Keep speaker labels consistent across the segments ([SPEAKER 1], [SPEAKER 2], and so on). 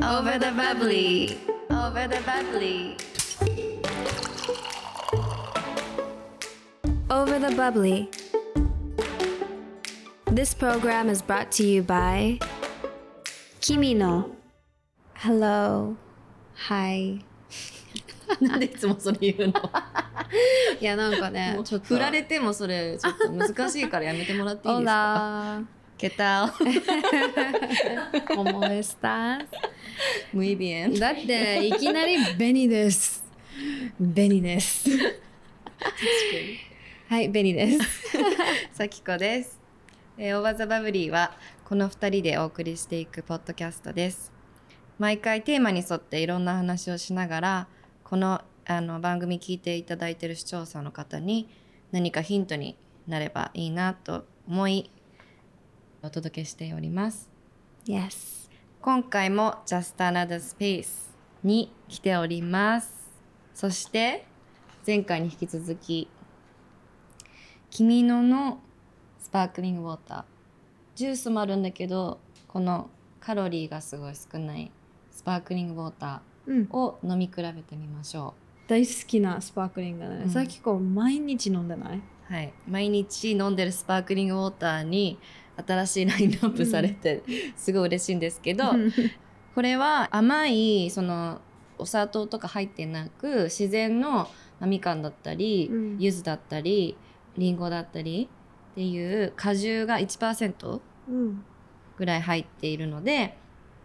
[SPEAKER 1] Over the bubbly. Over the bubbly.
[SPEAKER 2] Over the Bubbly. This program is brought to you by Kimino. Hello. Hi.
[SPEAKER 1] なんでいつもそれ言うの
[SPEAKER 2] いや、なんかね、ちょっと。
[SPEAKER 1] 振られてもそれちょっと難しいからやめてもらっていいですか
[SPEAKER 2] Hola.
[SPEAKER 1] ¿Qué tal?
[SPEAKER 2] ¿Cómo estás?
[SPEAKER 1] Muy bien.
[SPEAKER 2] だって、いきなりベニです。ベニです。はい、ベニです。
[SPEAKER 1] さきこです。えー、オーバーザバブリーはこの2人でお送りしていくポッドキャストです。毎回テーマに沿っていろんな話をしながらこのあの番組聞いていただいている視聴者の方に何かヒントになればいいなと思いお届けしております。
[SPEAKER 2] Yes.
[SPEAKER 1] 今回も Just Another Space に来ております。そして、前回に引き続き、君ののスパークリングウォーター。ジュースもあるんだけど、このカロリーがすごい少ないスパークリングウォータ
[SPEAKER 2] うん
[SPEAKER 1] ー。を飲み比べてみましょ
[SPEAKER 2] 大好きなスパークリングだね。
[SPEAKER 1] うん。
[SPEAKER 2] さっきこう、毎日飲んでないう
[SPEAKER 1] はい。毎日飲んでるスパークリングウォーターに新しいラインナップされて、すごい嬉しいんですけ ど、これは甘いそのお砂糖とか入ってなく自然のまあみかんだったり、
[SPEAKER 2] うん
[SPEAKER 1] 柚子だったりりんごだったりっていう果汁が1%
[SPEAKER 2] うん。
[SPEAKER 1] ぐらい入っているので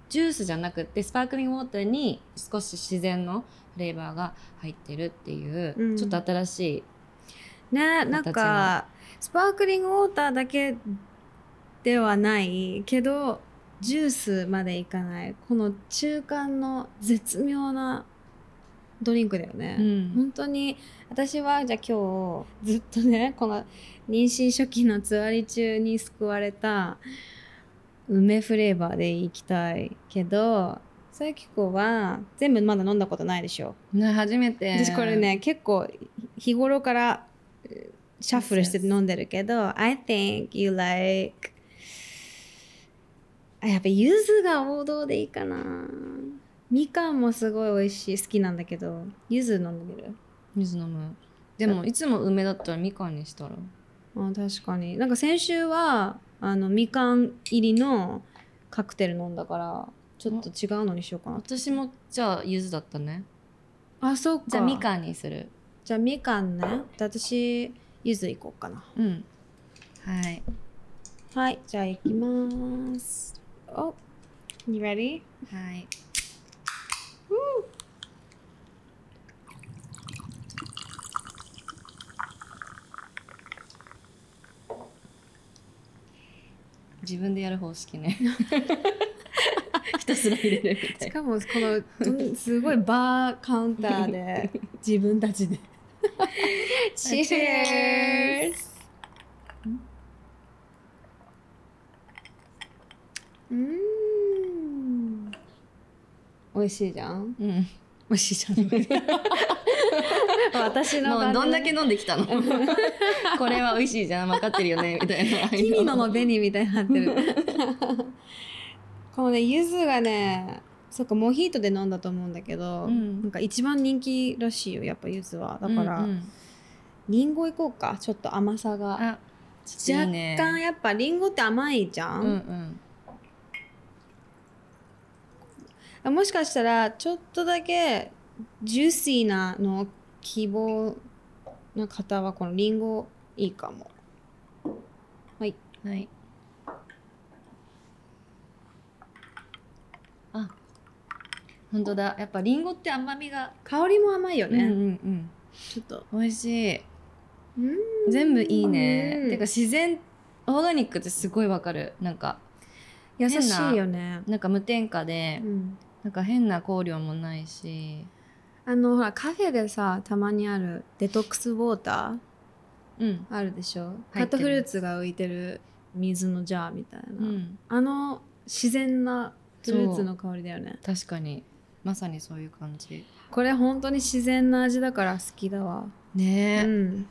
[SPEAKER 1] ジュースじゃなくてスパークリングウォーターに少し自然のフレーバーが入ってるっていう、
[SPEAKER 2] うん
[SPEAKER 1] ちょっと新しい
[SPEAKER 2] ねなん
[SPEAKER 1] 形が
[SPEAKER 2] かスパークリングウォーターだけではないけどジュースまでいかないこの中間の絶妙なドリンクだよね、
[SPEAKER 1] うん
[SPEAKER 2] 本当に私はじゃあ今日ずっとねこの妊娠初期のつわり中に救われた梅フレーバーでいきたいけどさゆき子は全部まだ飲んだことないでしょ
[SPEAKER 1] な初めて
[SPEAKER 2] 私これね結構日頃からえーシャッフルして飲んでるけど I think you like あやっぱ柚子が王道でいいかなみかんもすごい美味しい好きなんだけど柚子飲んでみる
[SPEAKER 1] 水飲むでもいつも梅だったらみかんにしたら
[SPEAKER 2] あ確かになんか先週はあのみかん入りのカクテル飲んだからちょっと違うのにしようかな
[SPEAKER 1] 私もじゃあ柚子だったね
[SPEAKER 2] あそうか
[SPEAKER 1] じゃあみかんにする
[SPEAKER 2] じゃあみかんねじゃあ私柚子行こうかな
[SPEAKER 1] うんはい
[SPEAKER 2] はい、じゃあ行きます。お、you ready?
[SPEAKER 1] はい自分でやる方式ね ひたすら入れるみた
[SPEAKER 2] し
[SPEAKER 1] い
[SPEAKER 2] かもこのどんすごいバーカウンター で自分た ちで。Cheers! うーん。美味しいじゃん。
[SPEAKER 1] なうん
[SPEAKER 2] 美味しいじ ゃん。私の
[SPEAKER 1] も
[SPEAKER 2] 感
[SPEAKER 1] う
[SPEAKER 2] じ
[SPEAKER 1] どんだけ飲んできたの これは美味しいじゃん分かってるよねみたい な
[SPEAKER 2] 君のの紅みたいになってる このね柚子がねそっかモヒートで飲んだと思うんだけど、
[SPEAKER 1] うん
[SPEAKER 2] なんか一番人気らしいよやっぱ柚子はだから、
[SPEAKER 1] うんうん
[SPEAKER 2] りんごいこうかちょっと甘さが
[SPEAKER 1] あちょっといいね
[SPEAKER 2] 若干やっぱりんごって甘いじゃ、
[SPEAKER 1] うんん
[SPEAKER 2] もしかしたらちょっとだけジューシーなのを希望の方はこのりんごいいかも
[SPEAKER 1] うんはいあ本当だやっぱりんごって甘みが
[SPEAKER 2] 香りも甘いよね、
[SPEAKER 1] うん
[SPEAKER 2] ちょっと
[SPEAKER 1] うん美味しい
[SPEAKER 2] うん
[SPEAKER 1] 全部いいね
[SPEAKER 2] うん
[SPEAKER 1] てか自然オーガニックってすごいわかるなんか
[SPEAKER 2] 優し
[SPEAKER 1] 変ない
[SPEAKER 2] よね、
[SPEAKER 1] なんか無添加で
[SPEAKER 2] うん
[SPEAKER 1] なんか変な香料もないし
[SPEAKER 2] あのほらカフェでさたまにあるデトックスウォータ
[SPEAKER 1] うん
[SPEAKER 2] ーあるでしょカ
[SPEAKER 1] 入ってる
[SPEAKER 2] ットフルーツが浮いてる水のジャーみたいな、
[SPEAKER 1] うん
[SPEAKER 2] あの自然なフルーツの香りだよね
[SPEAKER 1] 確かにまさにそういう感じ
[SPEAKER 2] これ本当に自然な味だから好きだわう
[SPEAKER 1] ね
[SPEAKER 2] ん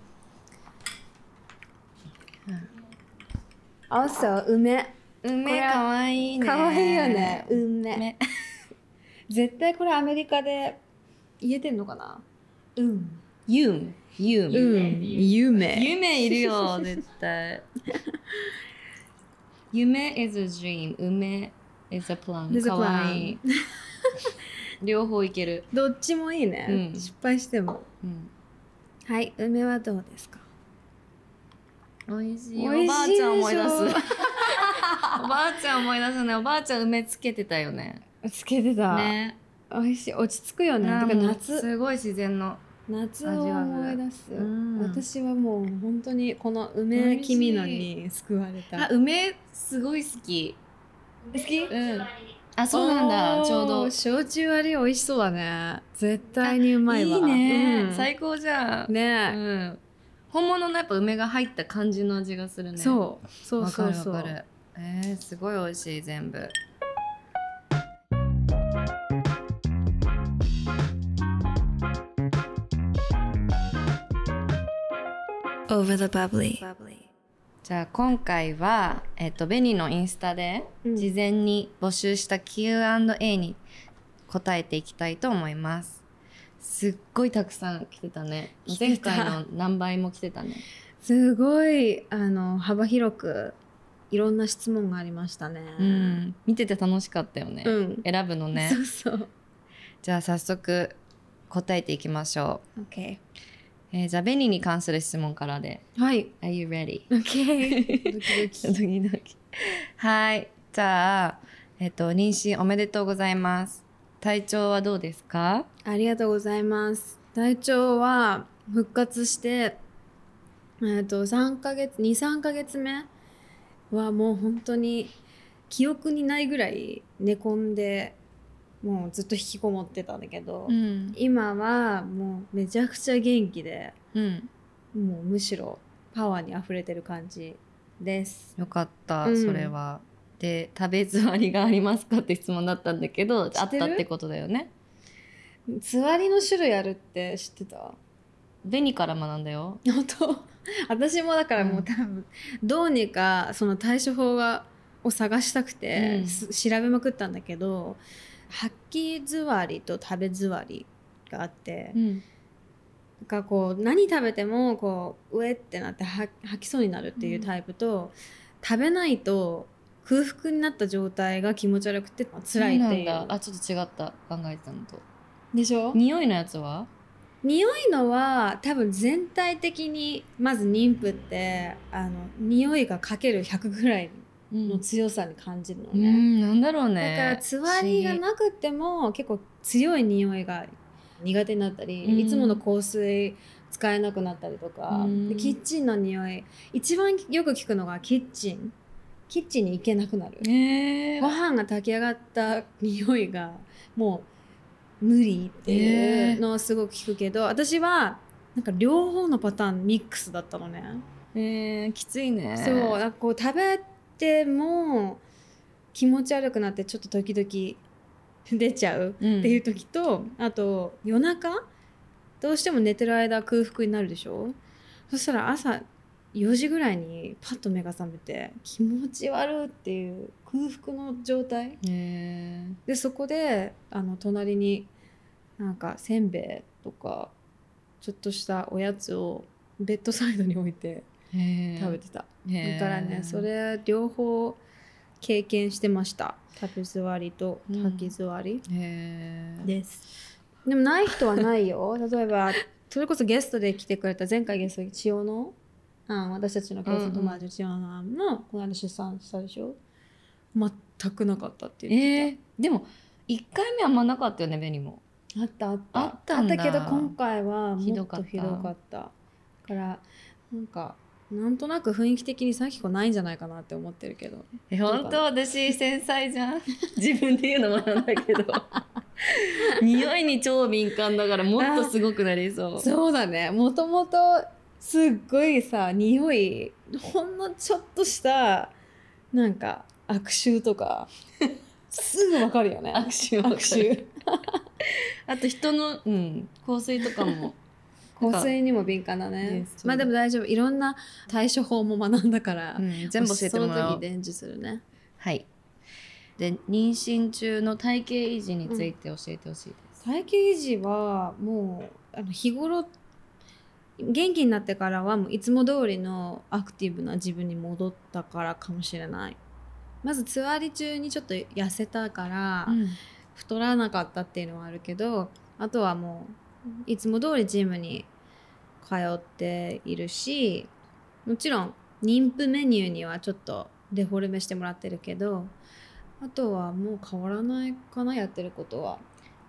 [SPEAKER 2] also 梅
[SPEAKER 1] 梅
[SPEAKER 2] これは
[SPEAKER 1] かわいいね
[SPEAKER 2] かわいいよね梅
[SPEAKER 1] 梅
[SPEAKER 2] 絶対これアメリカで言えてんのかなうん
[SPEAKER 1] ユンユン、
[SPEAKER 2] うん夢
[SPEAKER 1] 夢いるよ絶対夢 is a dream 梅 is a plan
[SPEAKER 2] There's a
[SPEAKER 1] かわいい両方いける、
[SPEAKER 2] どっちもいいね、
[SPEAKER 1] うん
[SPEAKER 2] 失敗しても
[SPEAKER 1] うん、
[SPEAKER 2] はい梅はどうですか
[SPEAKER 1] 美味しい
[SPEAKER 2] 美味しいでしょ
[SPEAKER 1] おばあちゃん思い出す おばあちゃん思い出すねおばあちゃん梅つけてたよね
[SPEAKER 2] つけてた、
[SPEAKER 1] ね
[SPEAKER 2] 美味しい落ち着くよね
[SPEAKER 1] あ
[SPEAKER 2] て
[SPEAKER 1] ー
[SPEAKER 2] か
[SPEAKER 1] もう
[SPEAKER 2] 夏
[SPEAKER 1] すごい自然の
[SPEAKER 2] 夏を思い出す、
[SPEAKER 1] うん
[SPEAKER 2] 私はもう本当にこの
[SPEAKER 1] 美
[SPEAKER 2] 梅
[SPEAKER 1] 味しい
[SPEAKER 2] 君のに救われ
[SPEAKER 1] あ
[SPEAKER 2] た
[SPEAKER 1] 梅すごい好き
[SPEAKER 2] 好き
[SPEAKER 1] うんあそうなんだちょうど
[SPEAKER 2] 焼酎割り美味しそうだね絶対にうまいわ
[SPEAKER 1] いいね、
[SPEAKER 2] うん
[SPEAKER 1] 最高じゃん、う
[SPEAKER 2] ね
[SPEAKER 1] ん、本物のやっぱ梅が入った感じの味がするねう
[SPEAKER 2] そうそうそうそう
[SPEAKER 1] わかるわかるえー、すごい美味しい全部じゃあ今回は、えっと、ベニのインスタで
[SPEAKER 2] うん
[SPEAKER 1] 事前に募集した Q&A に答えていきたいと思います。すっごいたくさん来てたね。
[SPEAKER 2] 来て
[SPEAKER 1] 前
[SPEAKER 2] た
[SPEAKER 1] 回の何倍も来てたね。
[SPEAKER 2] すごいあの幅広くいろんな質問がありましたね
[SPEAKER 1] うん、見てて楽しかったよね。
[SPEAKER 2] うん
[SPEAKER 1] 選ぶのね
[SPEAKER 2] そ。うそう
[SPEAKER 1] じゃあ早速答えていきましょ
[SPEAKER 2] OK
[SPEAKER 1] う。えーじゃあベニに関する質問からで。
[SPEAKER 2] はい
[SPEAKER 1] Are you ready?
[SPEAKER 2] OK ドキドキ
[SPEAKER 1] 時々はいじゃあ、えっと、妊娠おめでとうございます体調はどうですか
[SPEAKER 2] ありがとうございます。体調は復活して、えっと3ヶ月23ヶ月目はもう本当に記憶にないぐらい寝込んでもうずっと引きこもってたんだけど、
[SPEAKER 1] ん
[SPEAKER 2] 今はもうめちゃくちゃ元気で
[SPEAKER 1] うん
[SPEAKER 2] もうむしろパワーにあふれてる感じです。
[SPEAKER 1] よかった、
[SPEAKER 2] うん
[SPEAKER 1] それはで食べ座りがありますかって質問だったんだけど
[SPEAKER 2] てる
[SPEAKER 1] あったってことだよね
[SPEAKER 2] 座りの種類あるって知ってた
[SPEAKER 1] 紅から学んだよ
[SPEAKER 2] 本当私もだからも
[SPEAKER 1] う
[SPEAKER 2] うん多分、どうにかその対処法がを探したくて、
[SPEAKER 1] うん
[SPEAKER 2] す調べまくったんだけど吐き座りと食べ座りがあって、な
[SPEAKER 1] ん
[SPEAKER 2] んかこう何食べてもこううえってなって吐吐きそうになるっていうタイプと、食べないと空腹になった状態が気持ち悪くて辛いってい
[SPEAKER 1] なん
[SPEAKER 2] う
[SPEAKER 1] だあちょっと違った考えてたのと
[SPEAKER 2] でしょ
[SPEAKER 1] 匂いのやつは
[SPEAKER 2] 匂いのは多分全体的にまず妊婦ってあの匂いがかける100ぐらい
[SPEAKER 1] うん
[SPEAKER 2] の強さに感じるの
[SPEAKER 1] う
[SPEAKER 2] ね、
[SPEAKER 1] んなんだろう
[SPEAKER 2] だか
[SPEAKER 1] ね
[SPEAKER 2] らつわりがなくても結構強い匂いが苦手になったり、
[SPEAKER 1] うん
[SPEAKER 2] いつもの香水使えなくなったりとか、
[SPEAKER 1] うん
[SPEAKER 2] でキッチンの匂い一番よく聞くのがキッチンキッチンに行けなくなる、
[SPEAKER 1] 不思議えー
[SPEAKER 2] ご飯が炊き上がった匂いがもう無理って
[SPEAKER 1] え
[SPEAKER 2] いう
[SPEAKER 1] ー
[SPEAKER 2] のをすごく聞くけど、私はなんか両方のパターンミックスだったのね。
[SPEAKER 1] えーきついね
[SPEAKER 2] そうなんかこう食べても気持ち悪くなってちょっと時々出ちゃう
[SPEAKER 1] うん
[SPEAKER 2] っていう時と、あと夜中どうしても寝てる間空腹になるでしょそしたら朝4時ぐらいにパッと目が覚めて気持ち悪いっていう空腹の状態
[SPEAKER 1] へー
[SPEAKER 2] でそこであの隣になんかせんべいとかちょっとしたおやつをベッドサイドに置いて
[SPEAKER 1] へー
[SPEAKER 2] 食べてた、
[SPEAKER 1] へー
[SPEAKER 2] だからねそれ両方経験してました食べ座りと
[SPEAKER 1] うん
[SPEAKER 2] 吐き座り、
[SPEAKER 1] へー
[SPEAKER 2] ですでもない人はないよ例えばそれこそゲストで来てくれた前回ゲストに千代のあん私たちの共通友達の千代のあんもこの間出産したでしょ全くなかったって
[SPEAKER 1] え
[SPEAKER 2] 言ってた、
[SPEAKER 1] ーでも一回目あんまなかったよねベニも
[SPEAKER 2] あったあった
[SPEAKER 1] あったんだ
[SPEAKER 2] あけど今回は
[SPEAKER 1] ひ
[SPEAKER 2] も
[SPEAKER 1] ど
[SPEAKER 2] っ
[SPEAKER 1] か
[SPEAKER 2] と
[SPEAKER 1] った
[SPEAKER 2] ひどかっただからなんかなんとなく雰囲気的にさきこないんじゃないかなって思ってるけど
[SPEAKER 1] え
[SPEAKER 2] どうかな
[SPEAKER 1] 本当私繊細じゃん 自分で言うのもなんだけど 匂いに超敏感だからもっとすごくなりそう
[SPEAKER 2] そうだねもともとすっごいさ匂いほんのちょっとしたなんか悪臭とかすぐわかるよね
[SPEAKER 1] 握手
[SPEAKER 2] 悪臭
[SPEAKER 1] あと人の、うん、香水とかも
[SPEAKER 2] 香水にも敏感だね
[SPEAKER 1] ね
[SPEAKER 2] まあでも大丈夫いろんな対処法も学んだから、
[SPEAKER 1] うん全部教えてもらお
[SPEAKER 2] その時
[SPEAKER 1] う
[SPEAKER 2] 伝授するね
[SPEAKER 1] はいで妊娠中の体型維持について教えてほしいです、
[SPEAKER 2] 体型維持はもうあの日頃元気になってからはもういつも通りのアクティブな自分に戻ったからかもしれないまずツアーリ中にちょっと痩せたから太らなかったっていうのはあるけどあとはもういつも通りジムに通っているしもちろん妊婦メニューにはちょっとデフォルメしてもらってるけどあとはもう変わらないかなやってることは。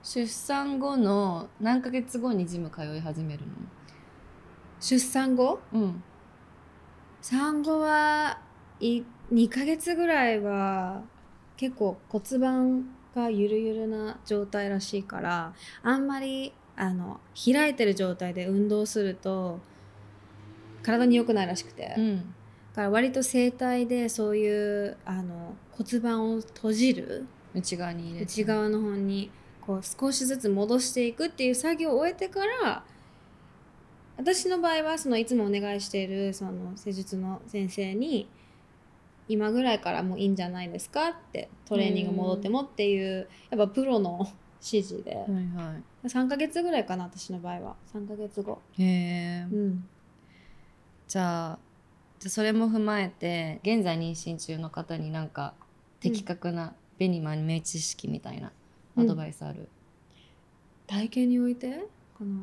[SPEAKER 1] 出産後の何ヶ月後にジム通い始める
[SPEAKER 2] 出産後
[SPEAKER 1] のうん
[SPEAKER 2] 産後はい2ヶ月ぐらいは結構骨盤がゆるゆるな状態らしいからあんまりあの開いてる状態で運動すると体に良くないらしくて、だ
[SPEAKER 1] ん
[SPEAKER 2] から割と整体でそういうあの骨盤を閉じる
[SPEAKER 1] 内側に入れて
[SPEAKER 2] 内側の方にこう少しずつ戻していくっていう作業を終えてから私の場合はそのいつもお願いしているその施術の先生に今ぐらいからもういいんじゃないですかってトレーニング戻ってもっていうやっぱプロの指示で
[SPEAKER 1] はいは
[SPEAKER 2] 3ヶ月ぐらいかな私の場合は3ヶ月後、
[SPEAKER 1] いへえ
[SPEAKER 2] うん、
[SPEAKER 1] じゃあじゃあそれも踏まえて現在妊娠中の方になんか的確なベニマン名知識みたいなアドバイスある、
[SPEAKER 2] 体型においてかな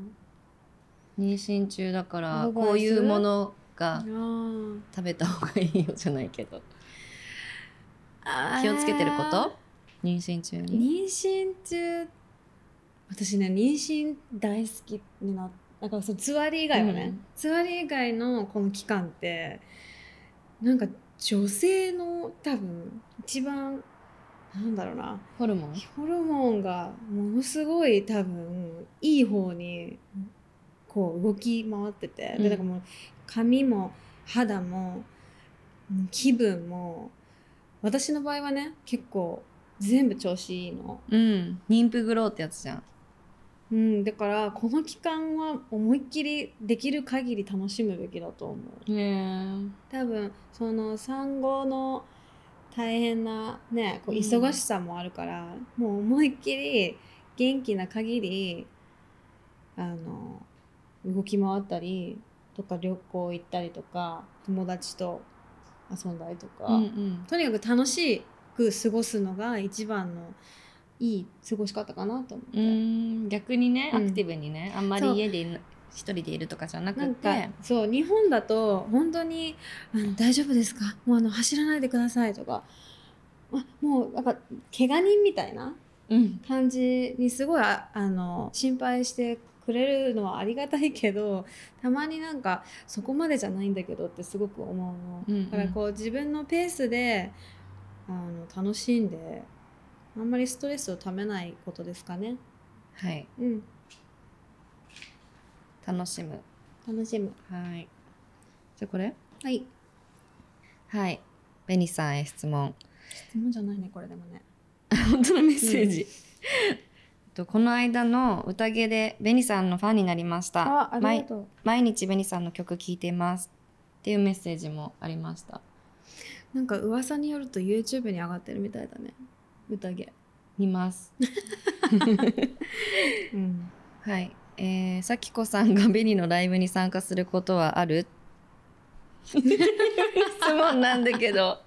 [SPEAKER 1] 妊娠中だか
[SPEAKER 2] ア
[SPEAKER 1] ら
[SPEAKER 2] ドバイス
[SPEAKER 1] こういうもの
[SPEAKER 2] あ
[SPEAKER 1] が
[SPEAKER 2] ー
[SPEAKER 1] 食べた方がいいよじゃないけど
[SPEAKER 2] あー
[SPEAKER 1] 気をつけてること妊娠中に
[SPEAKER 2] 妊娠中私ね妊娠大好きになだからそのつわり以外はね、
[SPEAKER 1] うん
[SPEAKER 2] つわり以外のこの期間ってなんか女性の多分一番なんだろうな
[SPEAKER 1] ホルモン
[SPEAKER 2] ホルモンがものすごい多分いい方にこう動き回ってて、
[SPEAKER 1] うん
[SPEAKER 2] でだからもう髪も肌もうん気分も私の場合はね結構全部調子いいの。
[SPEAKER 1] うん妊婦グローってやつじゃん
[SPEAKER 2] うん、だからこの期間は思いっきりできる限り楽しむべきだと思う
[SPEAKER 1] ね
[SPEAKER 2] 多分その産後の大変なねこう
[SPEAKER 1] うん
[SPEAKER 2] 忙しさもあるから、もう思いっきり元気な限りあの動き回ったりとか旅行行ったりとか友達と遊んだりとか、
[SPEAKER 1] うんうん
[SPEAKER 2] とにかく楽しく過ごすのが一番のいい過ごし方かなと思って。
[SPEAKER 1] うーん逆にね、
[SPEAKER 2] うん
[SPEAKER 1] アクティブにねあんまり
[SPEAKER 2] そう
[SPEAKER 1] 家でいな一人でいるとかじゃな
[SPEAKER 2] な
[SPEAKER 1] く
[SPEAKER 2] ん
[SPEAKER 1] て
[SPEAKER 2] かそう日本だと本当にあの「大丈夫ですかもうあの走らないでください」とかあもうなんか怪我人みたいな
[SPEAKER 1] うん
[SPEAKER 2] 感じにすごいああの心配してくれるのはありがたいけどたまになんかそこまでじゃないんだけどってすごく思うの、
[SPEAKER 1] うんうん
[SPEAKER 2] だからこう自分のペースであの楽しんであんまりストレスをためないことですかね。
[SPEAKER 1] はい
[SPEAKER 2] うん、
[SPEAKER 1] 楽しむ
[SPEAKER 2] 楽しむ
[SPEAKER 1] はいじゃあこれ
[SPEAKER 2] はい
[SPEAKER 1] はいベニさんへ質問
[SPEAKER 2] 質問じゃないねこれでもね。
[SPEAKER 1] 本当のメッセージ、とこの間の宴でベニさんのファンになりました
[SPEAKER 2] あありがとう。
[SPEAKER 1] 毎日ベニさんの曲聴いていますっていうメッセージもありました
[SPEAKER 2] なんか噂によると YouTube に上がってるみたいだね宴、
[SPEAKER 1] 見ます
[SPEAKER 2] うん、
[SPEAKER 1] はい、えー、さきこさんがベニのライブに参加することはあ る質問なんだけど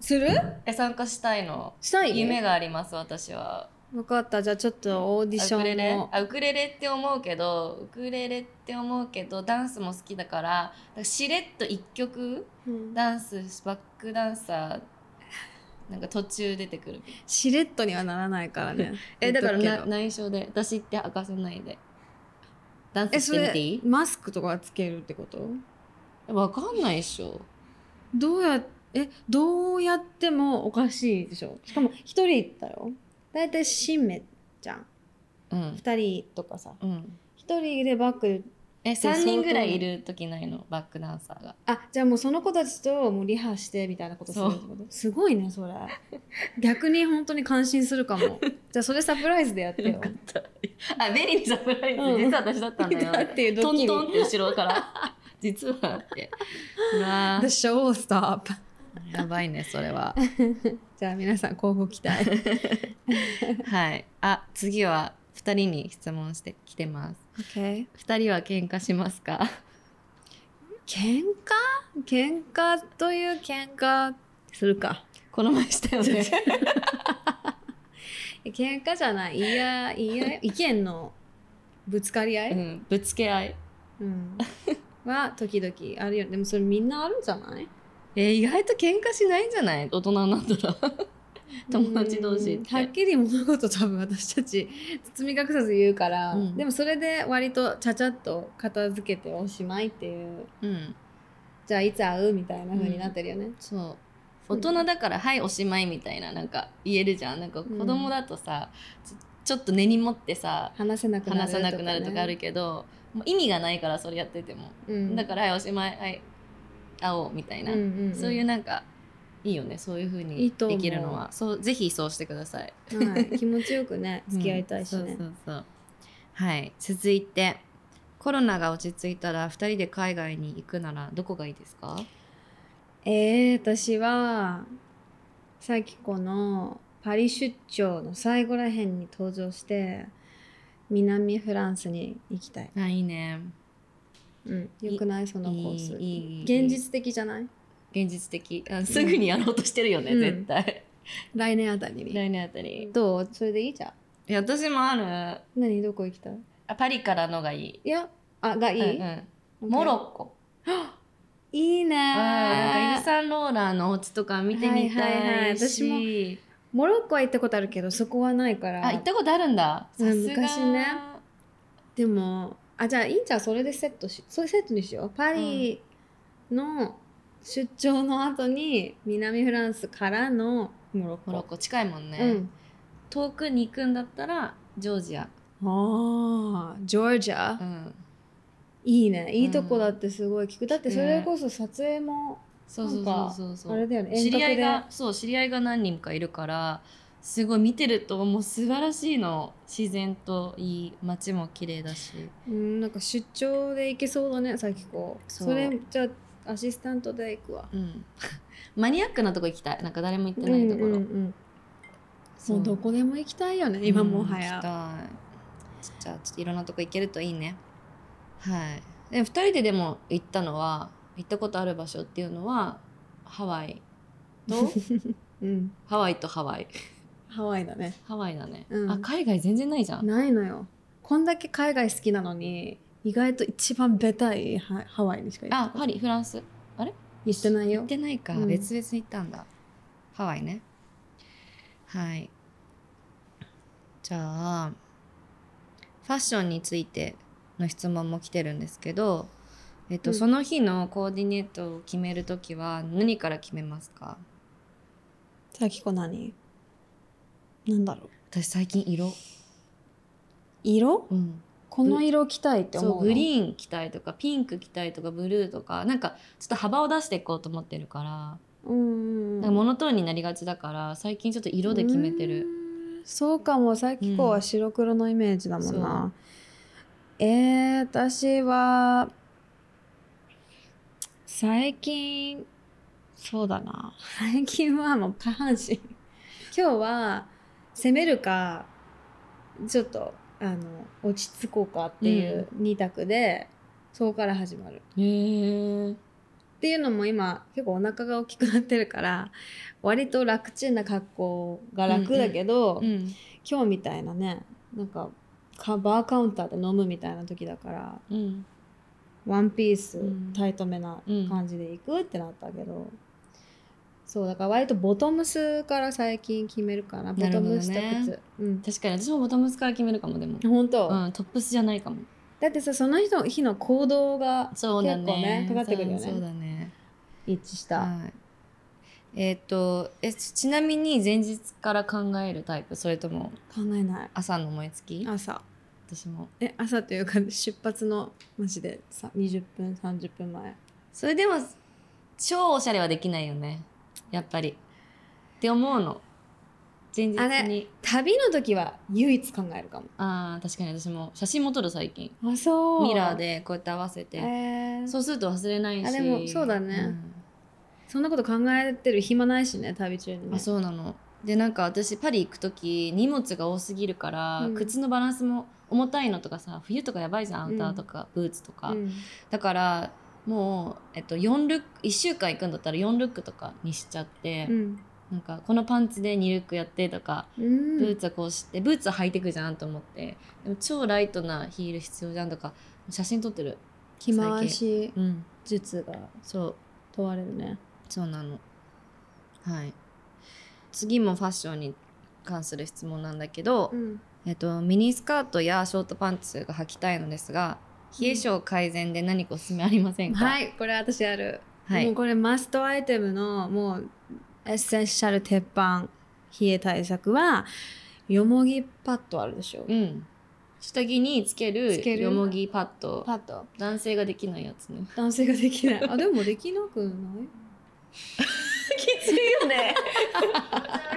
[SPEAKER 2] する
[SPEAKER 1] え参加したいの
[SPEAKER 2] したい
[SPEAKER 1] 夢があります私は
[SPEAKER 2] 分かったじゃあちょっとオーディシ
[SPEAKER 1] あウクレ
[SPEAKER 2] ョン
[SPEAKER 1] レ
[SPEAKER 2] を
[SPEAKER 1] あウクレレって思うけどウクレレって思うけどダンスも好きだからだからしれっと一曲
[SPEAKER 2] うん
[SPEAKER 1] ダンスバックダンサーなんか途中出てくる
[SPEAKER 2] しれっとにはならないからね
[SPEAKER 1] えだから
[SPEAKER 2] 言っ
[SPEAKER 1] な
[SPEAKER 2] とくけど
[SPEAKER 1] 内緒で私って明かさないでダン
[SPEAKER 2] え
[SPEAKER 1] スし
[SPEAKER 2] そ
[SPEAKER 1] てみ
[SPEAKER 2] れ
[SPEAKER 1] ていい
[SPEAKER 2] マスクとかつけるってこと
[SPEAKER 1] わかんないっしょ
[SPEAKER 2] どうやえどうやってもおかしいでしょしかも一人行ったよ大体新名じゃん
[SPEAKER 1] うん、
[SPEAKER 2] 二人とかさ
[SPEAKER 1] うん、
[SPEAKER 2] 一人でバック
[SPEAKER 1] え
[SPEAKER 2] 相当
[SPEAKER 1] 3人ぐらいいる時ないのバックダンサーが
[SPEAKER 2] あじゃあもうその子たちともうリハしてみたいなことするってことすごいねそれ逆に本当に感心するか もじゃあそれサプライズでやってよ
[SPEAKER 1] った あベリーにサプライズ、
[SPEAKER 2] うん
[SPEAKER 1] 実は私だったん だよ
[SPEAKER 2] だっていうド
[SPEAKER 1] ト
[SPEAKER 2] ッ
[SPEAKER 1] ン
[SPEAKER 2] キリ
[SPEAKER 1] トンって後ろから 実はってうわ
[SPEAKER 2] 「The show will stop
[SPEAKER 1] やばいねそれは
[SPEAKER 2] じゃあ皆さん交互期待
[SPEAKER 1] はいあ次は2人に質問してきてます
[SPEAKER 2] OK
[SPEAKER 1] 2人は喧嘩しますか
[SPEAKER 2] 喧嘩喧嘩という喧嘩するか
[SPEAKER 1] この前したよね
[SPEAKER 2] 喧嘩じゃないいやい や意見のぶつかり合
[SPEAKER 1] う
[SPEAKER 2] い、
[SPEAKER 1] んぶつけ合い
[SPEAKER 2] うん、は時々あるよでもそれみんなあるんじゃない
[SPEAKER 1] えー意外と喧嘩しないんじゃない大人になったら 友達同士って
[SPEAKER 2] うんはっきり物事多分私たち包み隠さず言うから、
[SPEAKER 1] うん
[SPEAKER 2] でもそれで割とちゃちゃっと片付けておしまいっていう
[SPEAKER 1] うん
[SPEAKER 2] じゃあいつ会うみたいな風になってるよね、
[SPEAKER 1] そう
[SPEAKER 2] そう
[SPEAKER 1] 大人だから「はいおしまい」みたいななんか言えるじゃんなんか子供だとさ、ちょちょっと根に持ってさ
[SPEAKER 2] 話せなくなる
[SPEAKER 1] 話さなくなるとかある
[SPEAKER 2] け
[SPEAKER 1] けど、もう意味がないからそれやってても、
[SPEAKER 2] ど、うん
[SPEAKER 1] だから「はいおしまい」はい会おうみたいな、
[SPEAKER 2] うんうんん
[SPEAKER 1] そういうなんかいいよねそういうふう
[SPEAKER 2] いい
[SPEAKER 1] に
[SPEAKER 2] と思
[SPEAKER 1] で
[SPEAKER 2] う
[SPEAKER 1] きるのはそうぜひそうしてください
[SPEAKER 2] はい、気持ちよくね付き合いたいしね、
[SPEAKER 1] うんそうそうそうはい続いてコロナが落ち着いたら2人で海外に行くならどこがいいですか
[SPEAKER 2] えー、私はさっきこのパリ出張の最後らへんに登場して南フランスに行きたい、
[SPEAKER 1] あいいね
[SPEAKER 2] うん、よくないそのコース
[SPEAKER 1] いいいい
[SPEAKER 2] 現実的じゃない
[SPEAKER 1] 現実的あすぐにやろうとしてるよね、
[SPEAKER 2] うん
[SPEAKER 1] 絶対
[SPEAKER 2] 来年あたりに
[SPEAKER 1] 来年あたり
[SPEAKER 2] どうそれでいいじゃん
[SPEAKER 1] いや私もある
[SPEAKER 2] 何どこ行きたい
[SPEAKER 1] あパリからのがいい
[SPEAKER 2] いやあがいい、
[SPEAKER 1] うんうん、モロッコ、
[SPEAKER 2] ッいいね
[SPEAKER 1] うん、なんかイ
[SPEAKER 2] ー
[SPEAKER 1] ルサンローラーのお家とか見て
[SPEAKER 2] はいは
[SPEAKER 1] み
[SPEAKER 2] いは
[SPEAKER 1] た
[SPEAKER 2] い
[SPEAKER 1] い
[SPEAKER 2] 私
[SPEAKER 1] し、
[SPEAKER 2] モロッコは行ったことあるけどそこはないから
[SPEAKER 1] あ行ったことあるんださ
[SPEAKER 2] うん
[SPEAKER 1] すが
[SPEAKER 2] 昔ねでもあじゃあいいんじゃんそれでセットしそれセットにしようパリの出張の後に南フランスからのモロッコ
[SPEAKER 1] モロッコ近いもんね、
[SPEAKER 2] うん
[SPEAKER 1] 遠くに行くんだったらジョージア、
[SPEAKER 2] ああジョージア、
[SPEAKER 1] うん、
[SPEAKER 2] いいねいいとこだってすごい聞く、だってそれこそ撮影も
[SPEAKER 1] そうそ
[SPEAKER 2] な
[SPEAKER 1] う
[SPEAKER 2] ん
[SPEAKER 1] そ
[SPEAKER 2] か
[SPEAKER 1] うそうそ
[SPEAKER 2] あれ
[SPEAKER 1] う
[SPEAKER 2] だよね
[SPEAKER 1] 知
[SPEAKER 2] 遠隔
[SPEAKER 1] り合い
[SPEAKER 2] で
[SPEAKER 1] がそう知り合いが何人かいるからすごい見てるともう素晴らしいの自然といい街も綺麗だし
[SPEAKER 2] うんなんか出張で行けそうだねさっきこうそ
[SPEAKER 1] そう
[SPEAKER 2] れじゃあアシスタントで行くわ
[SPEAKER 1] うん マニアックなとこ行きたいなんか誰も行ってないところ、
[SPEAKER 2] うんうんうん
[SPEAKER 1] そ
[SPEAKER 2] もうどこでも行きたいよね今もは
[SPEAKER 1] うん行き
[SPEAKER 2] や、
[SPEAKER 1] たいじゃあちょっといろんなとこ行けるといいねはいで2人ででも行ったのは行ったことある場所っていうのはハワイ と
[SPEAKER 2] うん、
[SPEAKER 1] ハワイとハワイ
[SPEAKER 2] ハワイだね
[SPEAKER 1] ハワイだね、
[SPEAKER 2] うん
[SPEAKER 1] あ海外全然ないじゃん
[SPEAKER 2] ないのよこんだけ海外好きなのに意外と一番ベタいハハワイにしか行っ
[SPEAKER 1] あパリフランス
[SPEAKER 2] 行ってない
[SPEAKER 1] 行
[SPEAKER 2] よ
[SPEAKER 1] ってないか、
[SPEAKER 2] うん
[SPEAKER 1] 別々に行ったんだハワイねはいじゃあファッションについての質問も来てるんですけど、えっと
[SPEAKER 2] うん
[SPEAKER 1] その日のコーディネートを決めるときは何から決めますか
[SPEAKER 2] さきこ何なんだろう
[SPEAKER 1] 私最近色、
[SPEAKER 2] 色
[SPEAKER 1] うん、
[SPEAKER 2] この色着たいって
[SPEAKER 1] そ
[SPEAKER 2] 思う
[SPEAKER 1] うグリーン着たいとかピンク着たいとかブルーとかなんかちょっと幅を出していこうと思ってるから
[SPEAKER 2] ーン
[SPEAKER 1] なんかモノトーンになりがちだから最近ちょっと色で決めてる
[SPEAKER 2] そうかもさきこは白黒のイメージだもんな、えー、私は最近そうだな最近はもう下半身今日は攻めるかちょっとあの落ち着こうかっていう2択で、そこから始まる
[SPEAKER 1] へー
[SPEAKER 2] っていうのも今結構お腹が大きくなってるから割と楽ちんな格好が楽だけど、
[SPEAKER 1] うん
[SPEAKER 2] 今日みたいなねなんかカバーカウンターで飲むみたいな時だから
[SPEAKER 1] うん
[SPEAKER 2] ワンピース、
[SPEAKER 1] うん
[SPEAKER 2] タイトめな感じで行くってなったけど、そうだから割とボトムスから最近決めるかなボ
[SPEAKER 1] なる
[SPEAKER 2] ト
[SPEAKER 1] ほどね
[SPEAKER 2] ムスと靴、うん
[SPEAKER 1] 確かに私もボトムスから決めるかもでも、
[SPEAKER 2] 本当、
[SPEAKER 1] うん、トップスじゃないかも
[SPEAKER 2] だってさその日の日の行動が
[SPEAKER 1] そうだね
[SPEAKER 2] 結構ねかかってくるよね
[SPEAKER 1] そうそうだね
[SPEAKER 2] 一致した、
[SPEAKER 1] はいえっ、とえちなみに前日から考えるタイプそれとも
[SPEAKER 2] 考えない
[SPEAKER 1] 朝の思いつき
[SPEAKER 2] 朝
[SPEAKER 1] 私も
[SPEAKER 2] え朝というか出発のマジでさ20分30分前
[SPEAKER 1] それでも超おしゃれはできないよねやっぱりって思うの前日
[SPEAKER 2] あれ
[SPEAKER 1] に
[SPEAKER 2] 旅の時は唯一考えるかも
[SPEAKER 1] ああ確かに私も写真も撮る最近
[SPEAKER 2] あそ
[SPEAKER 1] ミラーでこうやって合わせて、
[SPEAKER 2] えー
[SPEAKER 1] そうすると忘れないし
[SPEAKER 2] あでもそうだね
[SPEAKER 1] ん
[SPEAKER 2] そんなこと考えてる暇ないしね旅中にね、
[SPEAKER 1] あそうなのでなんか私パリ行く時荷物が多すぎるから、
[SPEAKER 2] うん
[SPEAKER 1] 靴のバランスも重たいのとかさ冬とかやばいじゃんアウターとか、ブーツとか、
[SPEAKER 2] うん
[SPEAKER 1] だからもう、えっと、4ルック1週間行くんだったら4ルックとかにしちゃって、
[SPEAKER 2] うん
[SPEAKER 1] なんかこのパンツで2ルックやってとか、
[SPEAKER 2] うん
[SPEAKER 1] ブーツはこうしてブーツは履いてくじゃんと思ってでも超ライトなヒール必要じゃんとか写真撮ってる
[SPEAKER 2] 着回し
[SPEAKER 1] うん
[SPEAKER 2] 術が
[SPEAKER 1] そう
[SPEAKER 2] 問われるね
[SPEAKER 1] そうなのはい次もファッションに関する質問なんだけど、
[SPEAKER 2] ん
[SPEAKER 1] えっと、ミニスカートやショートパンツが履きたいのですが冷え性改善で何かおすすめありませんか、
[SPEAKER 2] はいこれ私ある、
[SPEAKER 1] はい
[SPEAKER 2] もうこれマストアイテムのもうエッセンシャル鉄板冷え対策はよもぎパッドあるでしょ、
[SPEAKER 1] うん、下着につける
[SPEAKER 2] つける
[SPEAKER 1] よもぎパッド
[SPEAKER 2] パッド
[SPEAKER 1] 男性ができないやつね
[SPEAKER 2] 男性ができない あでもできなくない
[SPEAKER 1] きついよね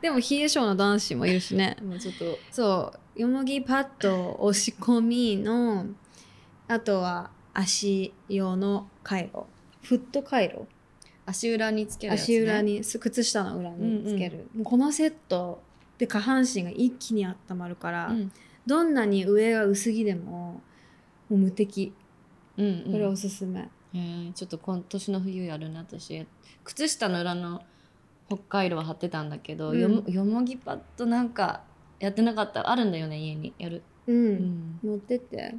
[SPEAKER 2] でも冷え性の男子もいるしね
[SPEAKER 1] もうちょっと
[SPEAKER 2] そうよもぎパッド押し込みのあとは足用の回路フット回路
[SPEAKER 1] 足裏につけるやつ、ね、
[SPEAKER 2] 足裏にす靴下の裏につける、もうこのセットで下半身が一気に温まるから、
[SPEAKER 1] うん、
[SPEAKER 2] どんなに上が薄着でももう無敵
[SPEAKER 1] うんうん
[SPEAKER 2] これおすすめ、
[SPEAKER 1] えーちょっと今年の冬やるな私靴下の裏の北海道は貼ってたんだけど、
[SPEAKER 2] うん
[SPEAKER 1] よもよもぎパッドなんかやってなかったあるんだよね家にやる、
[SPEAKER 2] うん
[SPEAKER 1] うん、
[SPEAKER 2] 持ってって、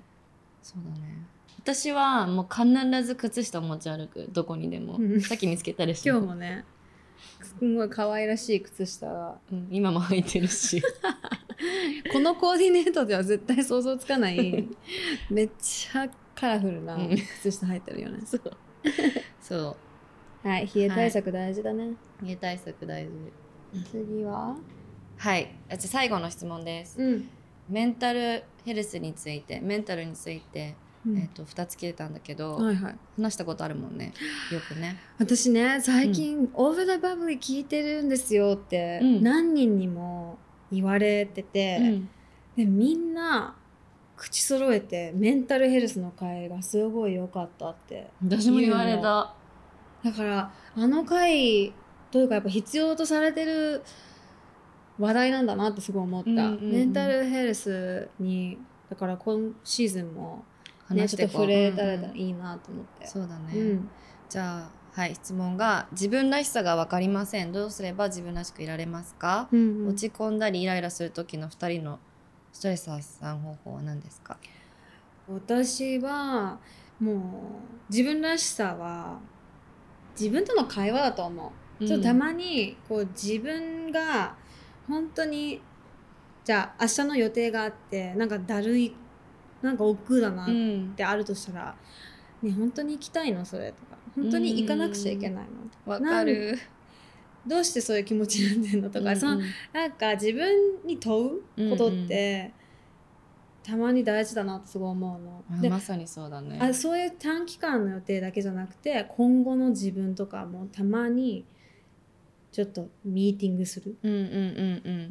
[SPEAKER 1] そうだね私はもう必ず靴下持ち歩くどこにでも、
[SPEAKER 2] うん
[SPEAKER 1] さっき見つけたりして
[SPEAKER 2] 今日もねすんごい可愛らしい靴下が
[SPEAKER 1] うん今も履いて るし
[SPEAKER 2] このコーディネートでは絶対想像つかない めっちゃカラフルな
[SPEAKER 1] うん
[SPEAKER 2] 靴下入ってるよね、
[SPEAKER 1] そうそう
[SPEAKER 2] はい冷え対策大事だね、
[SPEAKER 1] 冷え対策大事
[SPEAKER 2] 次は
[SPEAKER 1] はいあじゃあ最後の質問です
[SPEAKER 2] うん、
[SPEAKER 1] メンタルヘルスについてメンタルについて、
[SPEAKER 2] うん
[SPEAKER 1] えっと2つ切れたんだけど、
[SPEAKER 2] はいはい
[SPEAKER 1] 話したことあるもんねよ くね
[SPEAKER 2] 私ね最近、オーバー・ザ・バブリー聞いてるんですよって、
[SPEAKER 1] うん
[SPEAKER 2] 何人にも言われてて、でみんな口揃えてメンタルヘルスの会がすごい良かったって
[SPEAKER 1] 私も言われた
[SPEAKER 2] だからあの会というかやっぱ必要とされてる話題なんだなってすごい思った、
[SPEAKER 1] うんうんうん
[SPEAKER 2] メンタルヘルスにだから今シーズンも、ね、
[SPEAKER 1] 話
[SPEAKER 2] ち
[SPEAKER 1] し
[SPEAKER 2] ょ
[SPEAKER 1] て
[SPEAKER 2] っと
[SPEAKER 1] こう
[SPEAKER 2] 触れたら
[SPEAKER 1] うんうん
[SPEAKER 2] いいなと思って。
[SPEAKER 1] そうだね、
[SPEAKER 2] うん
[SPEAKER 1] じゃあはい質問が自分らしさが分かりませんどうすれば自分らしくいられますか、
[SPEAKER 2] うんうん
[SPEAKER 1] 落ち込んだりイライラする時の2人のストレス発散方法は何ですか
[SPEAKER 2] 私はもう自分らしさは自分との会話だと思う、ちょっとたまにこう自分が本当にじゃあ明日の予定があってなんかだるいなんか億劫だなっ
[SPEAKER 1] うん
[SPEAKER 2] てあるとしたら、ね本当に行きたいのそれとか本当に行かなくちゃいけないの、
[SPEAKER 1] わかる
[SPEAKER 2] どうしてそういう気持ちになってんのとか、その
[SPEAKER 1] うんうん
[SPEAKER 2] なんか自分に問うことって、たまに大事だなってすごい思うの。
[SPEAKER 1] あ
[SPEAKER 2] で
[SPEAKER 1] まさにそうだね
[SPEAKER 2] あそういう短期間の予定だけじゃなくて今後の自分とかもたまにちょっとミーティングする
[SPEAKER 1] うんうんうん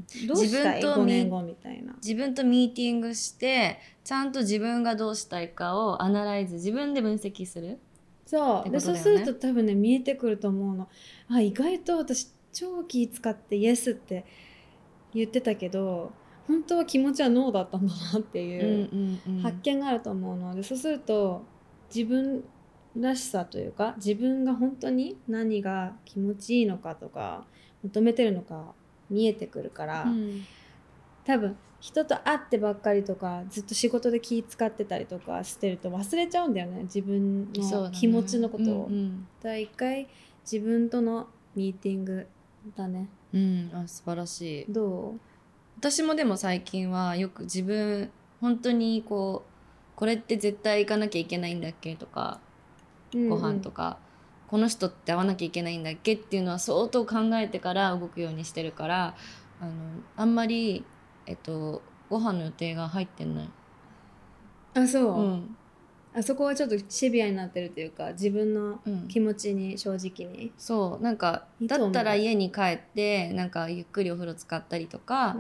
[SPEAKER 1] うん
[SPEAKER 2] どうしたい
[SPEAKER 1] 自分と
[SPEAKER 2] 5
[SPEAKER 1] ミー
[SPEAKER 2] 年後みたいな
[SPEAKER 1] 自分とミーティングしてちゃんと自分がどうしたいかをアナライズ自分で分析する
[SPEAKER 2] そう
[SPEAKER 1] って
[SPEAKER 2] で
[SPEAKER 1] こ
[SPEAKER 2] そう
[SPEAKER 1] とだよね
[SPEAKER 2] すると多分ね見えてくると思うのあ意外と私超気使ってイエスって言ってたけど本当は気持ちはノーだったんだなっていう発見があると思うので、そうすると自分らしさというか自分が本当に何が気持ちいいのかとか求めてるのか見えてくるから、
[SPEAKER 1] うん
[SPEAKER 2] 多分人と会ってばっかりとかずっと仕事で気使ってたりとかしてると忘れちゃうんだよね自分
[SPEAKER 1] そうだ
[SPEAKER 2] の
[SPEAKER 1] ね
[SPEAKER 2] 気持ちのことを。
[SPEAKER 1] うん
[SPEAKER 2] だから一回自分とのミーティングだね
[SPEAKER 1] うんうんあ素晴らしい
[SPEAKER 2] ど
[SPEAKER 1] 私もでも最近はよく自分本当にこうこれって絶対行かなきゃいけないんだっけとか
[SPEAKER 2] う
[SPEAKER 1] ご飯と
[SPEAKER 2] か、
[SPEAKER 1] か、この人って会わなきゃいけないんだっけっていうのは相当考えてから動くようにしてるからあのあんまり、えっと、ご飯の予定が入ってない、
[SPEAKER 2] あそうう、
[SPEAKER 1] ん
[SPEAKER 2] あそこはちょっとシビアになってるというか自分の
[SPEAKER 1] うん、
[SPEAKER 2] 気持ちに正直に、
[SPEAKER 1] そうなんか
[SPEAKER 2] いいと
[SPEAKER 1] だ
[SPEAKER 2] 思う
[SPEAKER 1] ったら家に帰ってなんかゆっくりお風呂使ったりとか,、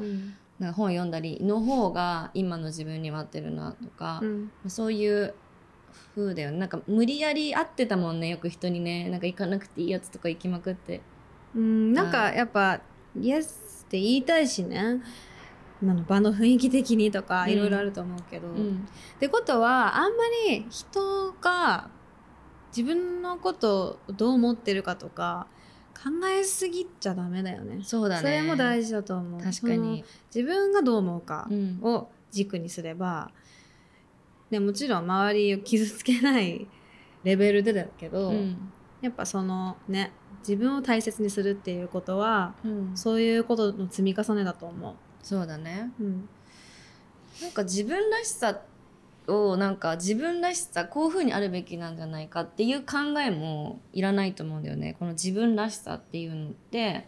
[SPEAKER 1] なんか本読んだりの方が今の自分には合ってるなとか、
[SPEAKER 2] うん
[SPEAKER 1] そういう風だよねなんか無理やり会ってたもんねよく人にねなんか行かなくていいやつとか行きまくって
[SPEAKER 2] うんなんかやっぱ「イエス」って言いたいしねなの場の雰囲気的にとか
[SPEAKER 1] うん
[SPEAKER 2] いろいろあると思うけど、
[SPEAKER 1] う
[SPEAKER 2] っ、てことはあんまり人が自分のことをどう思ってるかとか考えすぎちゃダメだよね
[SPEAKER 1] そうだね
[SPEAKER 2] れも
[SPEAKER 1] 事
[SPEAKER 2] 大事だと思う
[SPEAKER 1] 確かに、
[SPEAKER 2] その自分がどう思うか
[SPEAKER 1] うん
[SPEAKER 2] を軸にすれば、でもちろん周りを傷つけないレベルでだけど、
[SPEAKER 1] うん
[SPEAKER 2] やっぱそのね自分を大切にするっていうことは
[SPEAKER 1] そ
[SPEAKER 2] そういうことの積み重ねだと思
[SPEAKER 1] そうだね
[SPEAKER 2] う。うん、
[SPEAKER 1] なんか自分らしさをなんか自分らしさこういう風にあるべきなんじゃないかっていう考えもいらないと思うんだよねこの自分らしさっていうのって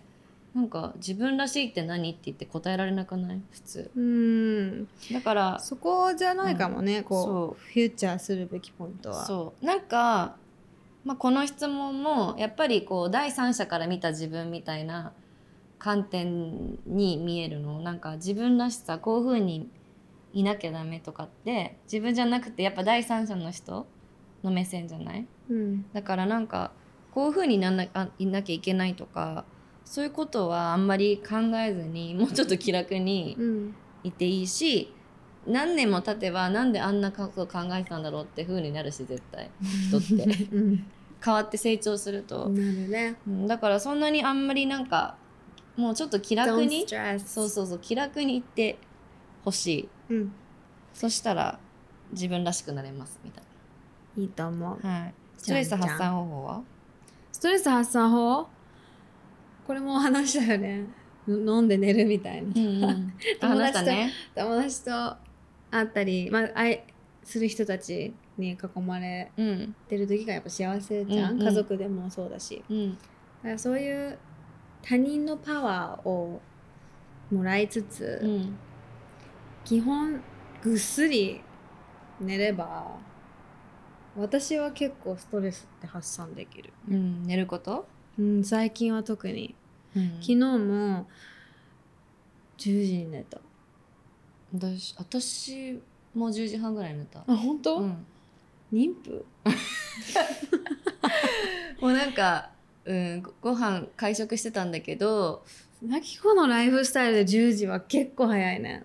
[SPEAKER 1] なんか自分らしいって何って言って答えられなくない普通
[SPEAKER 2] うん、
[SPEAKER 1] だから
[SPEAKER 2] そこじゃないかもね、こ
[SPEAKER 1] そう
[SPEAKER 2] うフューチャーするべきポイントは。
[SPEAKER 1] そうなんか、まあ、この質問もやっぱりこう第三者から見た自分みたいな観点に見えるのなんか自分らしさこういう風にいなきゃダメとかって自分じゃなくてやっぱ第三者の人の目線じゃない
[SPEAKER 2] うん
[SPEAKER 1] だからなんかこういう風になんなあいなきゃいけないとかそういうことはあんまり考えずにもうちょっと気楽に
[SPEAKER 2] うん
[SPEAKER 1] いていいし何年も経てばなんであんなことを考えてたんだろうって風になるし絶対人って
[SPEAKER 2] うん、
[SPEAKER 1] 変わって成長すると、
[SPEAKER 2] なるね。
[SPEAKER 1] うんだからそんなにあんまりなんかもうちょっと気楽
[SPEAKER 2] Don't
[SPEAKER 1] に
[SPEAKER 2] stress
[SPEAKER 1] そうそうそう気楽に行ってほしい
[SPEAKER 2] うん、
[SPEAKER 1] そしたら自分らしくなれますみたい
[SPEAKER 2] いいと思う。
[SPEAKER 1] な、はい、ストレス発
[SPEAKER 2] じゃん
[SPEAKER 1] 散方法は
[SPEAKER 2] ストレス発散法これも話したよね。の飲んで寝るみたいな。
[SPEAKER 1] うん うん、あ
[SPEAKER 2] 友達
[SPEAKER 1] 話し
[SPEAKER 2] と
[SPEAKER 1] たね
[SPEAKER 2] 友達と会ったり、まあ、会する人たちに囲まれ
[SPEAKER 1] うん
[SPEAKER 2] てる時がやっぱ幸せじゃん、
[SPEAKER 1] うんうん
[SPEAKER 2] 家族でもそうだし
[SPEAKER 1] うん
[SPEAKER 2] だからそういう他人のパワーをもらいつつ、
[SPEAKER 1] うん
[SPEAKER 2] 基本ぐっすり寝れば私は結構ストレスって発散できる、
[SPEAKER 1] うん寝ること、
[SPEAKER 2] うん、最近は特に昨日も10時に寝た
[SPEAKER 1] 私私も10時半ぐらいに寝た、
[SPEAKER 2] あ本当
[SPEAKER 1] うん
[SPEAKER 2] 妊婦
[SPEAKER 1] もうなんか、うん、ごご飯会食してたんだけど、
[SPEAKER 2] なきこのライフスタイルで10時は結構早いね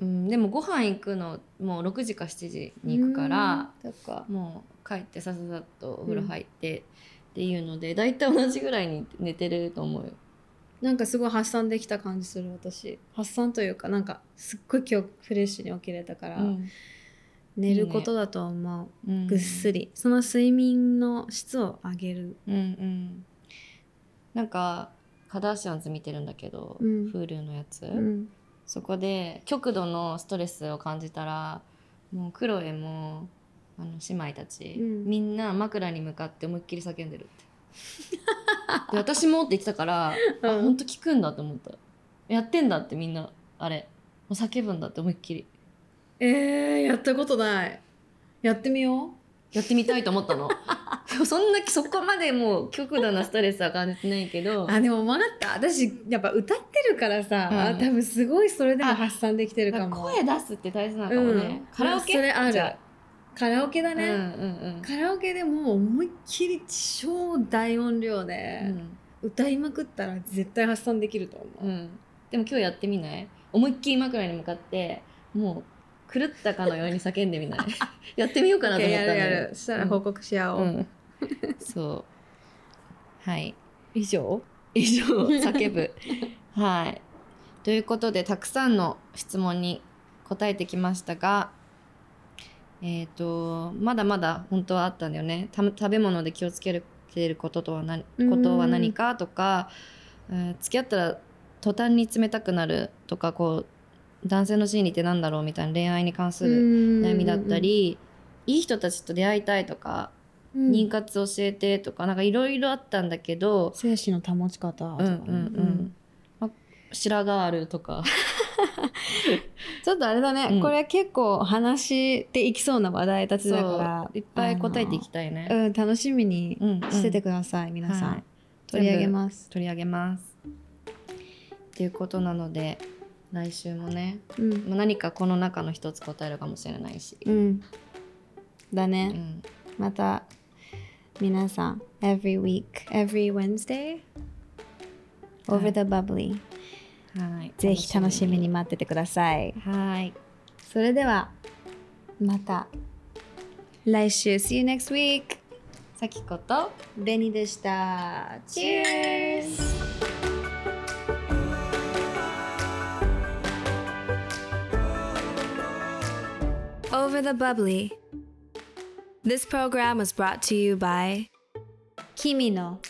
[SPEAKER 1] うん、でもご飯行くのもう6時か7時に行くから
[SPEAKER 2] うんそっか
[SPEAKER 1] もう帰ってさささっとお風呂入ってっていうので大体、同じぐらいに寝てると思うよ。
[SPEAKER 2] なんかすごい発散できた感じする私発散というかなんかすっごい今日フレッシュに起きれたから、寝ることだと思う
[SPEAKER 1] うん
[SPEAKER 2] ぐっすりその睡眠の質を上げる
[SPEAKER 1] うんうん、なんかカダーシアンズ見てるんだけど、
[SPEAKER 2] うん
[SPEAKER 1] Hulu のやつ、
[SPEAKER 2] うん
[SPEAKER 1] そこで極度のストレスを感じたらもうクロエもあの姉妹たち、
[SPEAKER 2] うん
[SPEAKER 1] みんな枕に向かって思いっきり叫んでるってで私もって言ってたから、あ
[SPEAKER 2] うん
[SPEAKER 1] ほんと聞くんだと思ったやってんだってみんなあれもう叫ぶんだって思いっきり
[SPEAKER 2] えー、やったことないやってみよ
[SPEAKER 1] やってみたいと思ったの そんなそこまでもう極度なストレスは感じてないけ
[SPEAKER 2] う
[SPEAKER 1] ど
[SPEAKER 2] あでも分かった私やっぱ歌ってるからさ、
[SPEAKER 1] うん
[SPEAKER 2] 多分すごいそれでも発散できてるかも
[SPEAKER 1] 声出すって大事なのかもね、
[SPEAKER 2] うん
[SPEAKER 1] カラオケ
[SPEAKER 2] それある
[SPEAKER 1] じゃ
[SPEAKER 2] カラオケだ
[SPEAKER 1] うんうん
[SPEAKER 2] ね、
[SPEAKER 1] うん
[SPEAKER 2] カラオケでもう思いっきり超大音量
[SPEAKER 1] う
[SPEAKER 2] で
[SPEAKER 1] ん
[SPEAKER 2] 歌いまくったら絶対発散できると思う、
[SPEAKER 1] うん、でも今日やってみない思いっきり枕に向かってもう狂ったかのように叫んでみない やってみようかなと思ったん だよ
[SPEAKER 2] そしたら報告し合おう、
[SPEAKER 1] うん、そうはい
[SPEAKER 2] 以上
[SPEAKER 1] 以 上叫ぶはいということでたくさんの質問に答えてきましたがえっ、とまだまだ本当はあったんだよねた食べ物で気をつけるてることとは何
[SPEAKER 2] うん
[SPEAKER 1] ことは何かとか、うん、付き合ったら途端に冷たくなるとかこう男性の心理ってなんだろうみたいな恋愛に関する悩
[SPEAKER 2] 悩
[SPEAKER 1] みだった、り、いい人たちと出会いたいとか、
[SPEAKER 2] うんうん
[SPEAKER 1] 妊活教えてとかなんかいろいろあったんだけど、
[SPEAKER 2] 精子の保ち方とか
[SPEAKER 1] う
[SPEAKER 2] ね、
[SPEAKER 1] んうんうんま白髪あるとか
[SPEAKER 2] ちょっとあれだね、
[SPEAKER 1] うん
[SPEAKER 2] これ結構話していきそうな話題たち
[SPEAKER 1] そ
[SPEAKER 2] だから
[SPEAKER 1] ういっぱい答えていき
[SPEAKER 2] た
[SPEAKER 1] たいね、
[SPEAKER 2] うん、楽しみに
[SPEAKER 1] うんうん
[SPEAKER 2] しててください、皆さん、
[SPEAKER 1] はい
[SPEAKER 2] 取り上げます、
[SPEAKER 1] 取り上げますっていうことなので来週もね、
[SPEAKER 2] うん
[SPEAKER 1] まあ、何かこの中の一つ答えるかもしれないし
[SPEAKER 2] うん、だ
[SPEAKER 1] う
[SPEAKER 2] ね、
[SPEAKER 1] ん、
[SPEAKER 2] また皆さん every week every Wednesday
[SPEAKER 1] は
[SPEAKER 2] over
[SPEAKER 1] い
[SPEAKER 2] the bubbly、
[SPEAKER 1] はい
[SPEAKER 2] ぜひ楽しみに待っててください
[SPEAKER 1] はい
[SPEAKER 2] それではまた来週 See you next week
[SPEAKER 1] さきこと
[SPEAKER 2] ベニでしたOver the Bubbly This program was brought to you by 君の